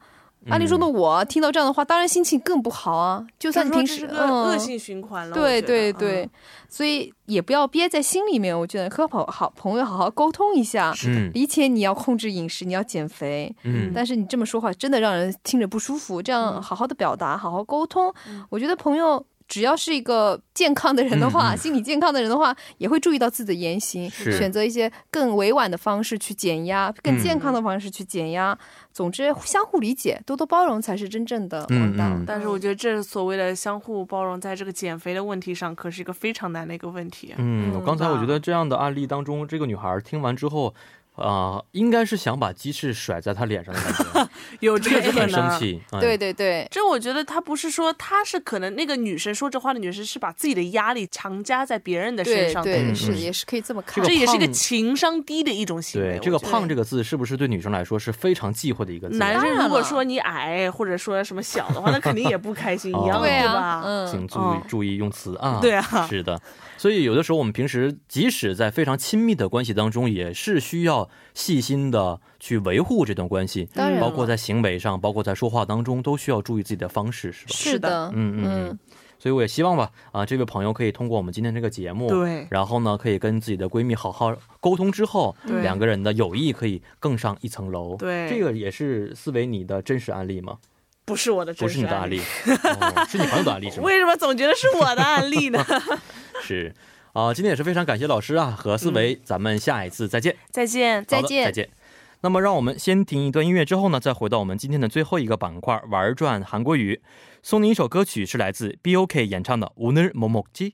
S5: 案例中的
S4: 嗯
S5: 我啊听到这样的话，当然心情更不好啊。就算你平
S4: 就
S5: 时
S4: 是说这是个
S5: 嗯
S4: 恶性循环了，我
S5: 对
S4: 觉得嗯
S5: 对对、，所以也不要憋在心里面。我觉得和朋好朋友好好沟通一下，
S1: 嗯
S5: 理解你要控制饮食，你要减肥，
S1: 嗯
S5: 但是你这么说话真的让人听着不舒服。这样好好的表达，好好沟通，我觉得朋友。只要是一个健康的人的话，
S1: 嗯嗯嗯
S5: 心理健康的人的话，也会注意到自己的言行，
S1: 是
S5: 选择一些更委婉的方式去减压，更健
S1: 嗯
S5: 康的方式去减压。总之，相互理解，多多包容才是真正的
S1: 嗯
S5: 王道。
S1: 嗯
S4: 但是我觉得这所谓的相互包容，在这个减肥的问题上，可是一个非常难的一个问题。
S1: 嗯，
S5: 嗯
S1: 刚才我
S4: 吧
S1: 觉得这样的案例当中，这个女孩听完之后。啊、应该是想把鸡翅甩在他脸上的感 觉，
S6: 有
S1: 确
S6: 这
S1: 实
S6: 个可
S1: 很生
S6: 能。
S1: 气。哎
S5: 对对对，
S6: 这我觉得他不是说他是可能那个女生说这话的女生是把自己的压力强加在别人的身
S5: 对
S6: 上的，
S5: 对
S1: 嗯
S5: 是
S1: 嗯
S5: 也是可以这么看
S1: 这
S6: 这
S1: 个。
S6: 也是个
S1: 胖
S6: 情商低的一种行为。
S1: 对，这个
S6: 我觉得
S1: 胖这个字是不是对女生来说是非常忌讳的一个字？啊
S6: 男
S5: 当
S6: 生
S5: 然
S6: 如果
S5: 了
S6: 说你矮或者说什么小的话，那肯定也不开心
S1: 哦
S6: 一样的，
S5: 对啊
S6: 吧，？
S5: 嗯，
S1: 请注意
S6: 嗯
S1: 注意用词 啊。
S6: 对啊
S1: 是的。所以有的时候我们平时即使在非常亲密的关系当中，也是需要细心的去维护这段关系，
S6: 嗯
S5: 当然
S1: 包括
S5: 了
S1: 在行为上，包括在说话当中，都需要注意自己的方式，是吧？
S5: 是的，
S1: 嗯嗯嗯。所以我也希望吧，啊，这位朋友可以通过我们今天这个节目，
S6: 对
S1: 然后呢，可以跟自己的闺蜜好好沟通之后，
S6: 对
S1: 两个人的友谊可以更上一层楼。
S6: 对
S1: 这个也是思维你的真实案例吗？
S6: 不是我的
S1: 不
S6: 真
S1: 是
S6: 实
S1: 你的案
S6: 案
S1: 例，，哦、是你朋友的案 例是吗？
S6: 为什么总觉得是我的案例呢？
S1: 是，啊、今天也是非常感谢老师啊和思
S6: 嗯
S1: 维，咱们下一次再见。
S6: 再见，
S1: 好
S5: 再
S1: 的
S5: 见
S1: 再见。那么，让我们先停一段音乐之后呢，再回到我们今天的最后一个板块——玩转韩国语。送您一首歌曲，是来自 B.O.K 演唱的《오늘뭐먹지》。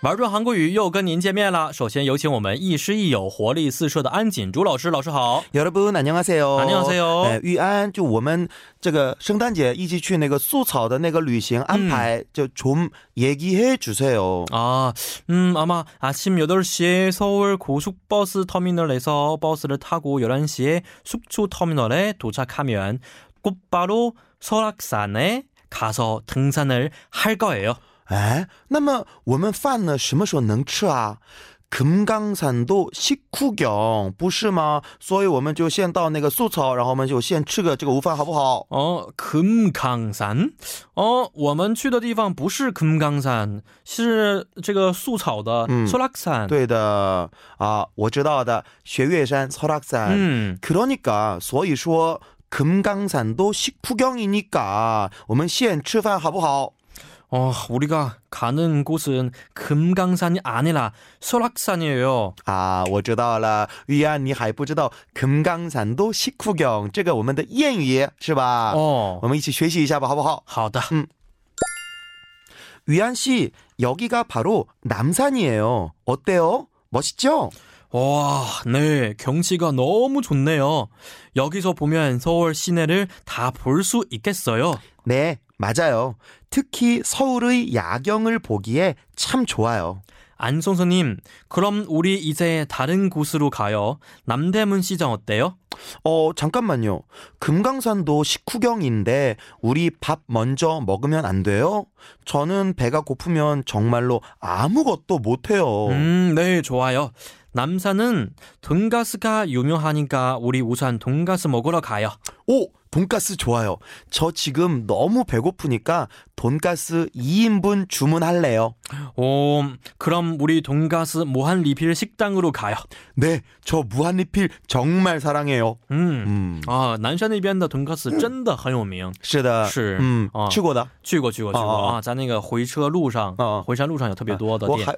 S1: 玩转韩国语又跟您见面了。首先有请我们亦师亦友、活力四射的安锦竹老师。老师好，
S7: 여러분 안녕하세요.
S1: 안녕하세요.
S7: 哎，玉安，就我们这个圣诞节一起去那个素草的那个旅行安排，就좀얘기해주세요。
S1: 아, 음, 아마 嗯 아침 8시에 서울 고속버스 터미널에서 버스를 타고 11시에 숙초 터미널에 도착하면 곧바로 설악산에 가서 등산을 할 거예요.
S7: 哎，那么我们饭呢，什么时候能吃啊？금강산도식후경不是吗？所以我们就先到那个素草，然后我们就先吃个这个午饭，好不好？
S1: 어, 금강산? 어, 我们去的地方不是금강산,是这个素草的
S7: 음,
S1: 설악산.
S7: 对的啊，我知道的，雪岳山、설악산。
S1: 음.
S7: 그러니까 所以说 금강산도 식후경이니까 我们先吃饭好不好?
S1: 어, 우리가 가는 곳은 금강산이 아니라 설악산이에요.
S7: 아, 我知道了. 위안 你还不知道 금강산도 식후경 这个我们的谚语是吧?
S1: 어.
S7: 我们一起学习一下吧,好不好?
S1: 好的。
S7: 위안 씨, 여기가 바로 남산이에요. 어때요? 멋있죠?
S1: 와, 네, 경치가 너무 좋네요. 여기서 보면 서울 시내를 다 볼 수 있겠어요.
S7: 네, 맞아요. 특히 서울의 야경을 보기에 참 좋아요.
S1: 안 선생님, 그럼 우리 이제 다른 곳으로 가요. 남대문 시장 어때요?
S7: 어, 잠깐만요. 금강산도 식후경인데 우리 밥 먼저 먹으면 안 돼요? 저는 배가 고프면 정말로 아무것도 못 해요.
S1: 음, 네, 좋아요. 남산은 돈가스가 유명하니까 우리 우선 돈가스 먹으러 가요.
S7: 오, 돈가스 좋아요. 저 지금 너무 배고프니까 돈가스 2인분 주문할래요.
S1: 오, 그럼 우리 돈가스 모한 리필 식당으로 가요.
S7: 네, 저 무한리필 정말 사랑해요.
S1: 음.
S7: 음.
S1: 아, 啊 난샤那边的
S7: 嗯
S1: 돈가스 真的很有名。
S7: 是的.
S1: 是，
S7: 음,
S1: 啊。
S7: 去过的.
S1: 去过去过去过
S7: 哦哦
S1: 啊，在那个回车路上
S7: 哦哦，
S1: 回山路上有特别多的店
S7: 아,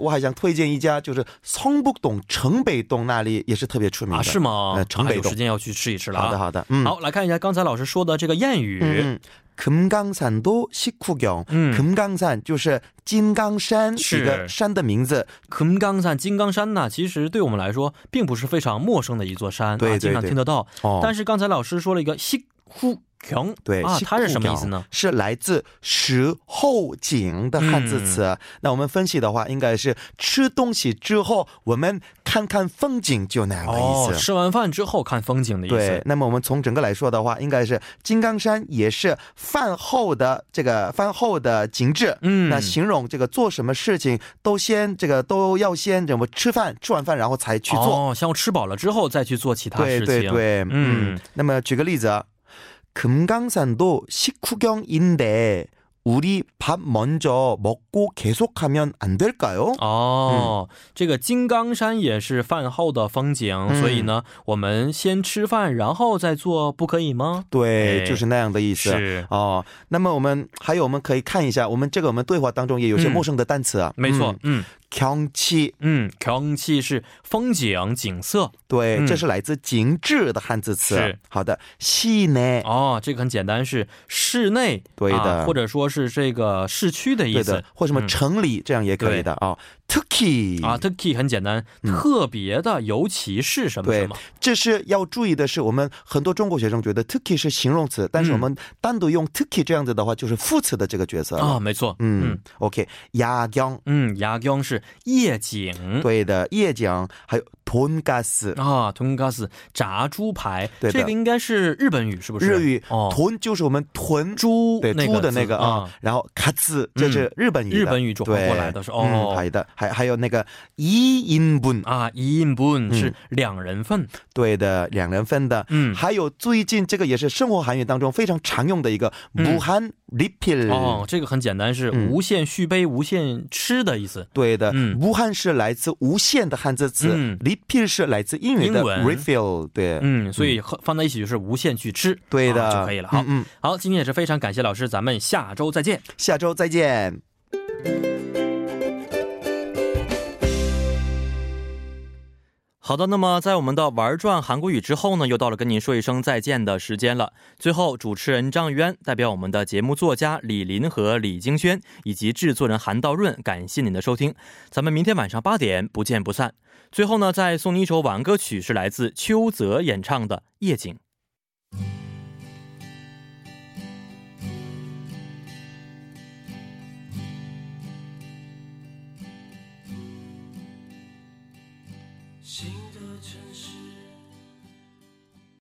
S7: 我还我还想推荐一家，就是성북동城北洞那里也是特别出名的。
S1: 啊，是吗？
S7: 呃城
S1: 啊
S7: 北
S1: 有
S7: 洞
S1: 时间要去吃一吃了啊。
S7: 好的好的嗯
S1: 好，来看一下刚才老师说的这个谚语，
S7: 음, 금강산도 식후경.
S1: 嗯，
S7: 금강산 就是金刚山
S1: 是
S7: 一个山的名字，
S1: 금강산金刚山呢，其实对我们来说并不是非常陌生的一座山，
S7: 对
S1: 啊，
S7: 对
S1: 经常
S7: 对
S1: 听得到。
S7: 哦
S1: 但是刚才老师说了一个西呼强，
S7: 对
S1: 啊，
S7: 西
S1: 它是什么
S7: 库
S1: 意思呢
S7: 港？是来自石后井的汉
S1: 嗯
S7: 字词。那我们分析的话，应该是吃东西之后，我们看看风景，就那样的
S1: 哦
S7: 意，思。
S1: 吃完饭之后看风景的意
S7: 对
S1: 思，。
S7: 那么我们从整个来说的话，应该是金刚山也是饭后的这个饭后的景致。
S1: 嗯
S7: 那形容这个做什么事情都先这个都要先怎么吃饭，吃完饭然后才去做。
S1: 哦，像吃饱了之后再去做其他事
S7: 对
S1: 情。
S7: 对对，
S1: 嗯
S7: 嗯。那么举个例子啊，금강산도식후경인데 우리 밥 먼저 먹고 계속하면 안 될까요?
S1: 哦，这个金刚山也是饭后的风景，
S7: 嗯
S1: 所以呢，我们先吃饭，然后再做，不可以吗？哎
S7: 对，就是那样的意思。
S1: 是，
S7: 哦，那么我们还有我们可以看一下，我们这个我们对话当中也有些
S1: 嗯
S7: 陌生的单词啊，
S1: 没错，嗯
S7: 경치，
S1: 嗯，空气是风景景色
S7: 对、
S1: 嗯
S7: 这是来自景致的汉字词
S1: 是。
S7: 好的，시내，
S1: 哦，这个很简单，是室内，
S7: 对的
S1: 啊或者说是这个市区的意
S7: 对
S1: 思
S7: 的，或什么
S1: 嗯
S7: 城里、这样也可以的啊。特、k
S1: 啊。
S7: y
S1: Turkey 很简单，
S7: 嗯
S1: 特别的，尤其是什么
S7: 对
S1: 什么，
S7: 这是要注意的是，我们很多中国学生觉得 “tuki” 是形容词，但是
S1: 嗯
S7: 我们单独用 “tuki” 这样子的话，就是副词的这个角色了
S1: 啊，没错，
S7: 嗯 o k 야경，
S1: 嗯，雅江是夜景，
S7: 对的，夜景，还有 돈가스，
S1: 啊，豚卡斯炸猪排，
S7: 对的
S1: 这个应该是日本语是不是？
S7: 日语
S1: 哦，
S7: 돈就是我们豚
S1: 猪
S7: 对
S1: 那个
S7: 猪的
S1: 字
S7: 那个啊，然后卡兹这是日本语的，
S1: 嗯日本语转化过来的是
S7: 对
S1: 哦
S7: 嗯好的，还还有那个一音分，
S1: 啊，一인분
S7: 嗯
S1: 是两人份，
S7: 对的，两人份的。
S1: 嗯，
S7: 还有最近这个也是生活韩语当中非常常用的一个
S1: 嗯
S7: 무한 refill，、
S1: 哦，这个很简单，是
S7: 嗯
S1: 无限续杯、无限吃的意思。
S7: 对的，
S1: 嗯
S7: 无汉是来自无限的汉字词、
S1: 嗯
S7: r e f i l l 是来自英语的
S1: 英文
S7: refill，对，
S1: 嗯，所以和放在一起就是无限去吃，
S7: 对的、
S1: 啊就可以了。好，
S7: 嗯嗯，
S1: 好，今天也是非常感谢老师，咱们下周再见。
S7: 下周再见。
S1: 好的，那么在我们的玩转韩国语之后呢，又到了跟您说一声再见的时间了。最后，主持人张渊代表我们的节目作家李林和李京轩，以及制作人韩道润，感谢您的收听。咱们明天晚上八点不见不散。最后呢，再送你一首晚安歌曲，是来自邱泽演唱的《夜景》。
S2: 新的城市。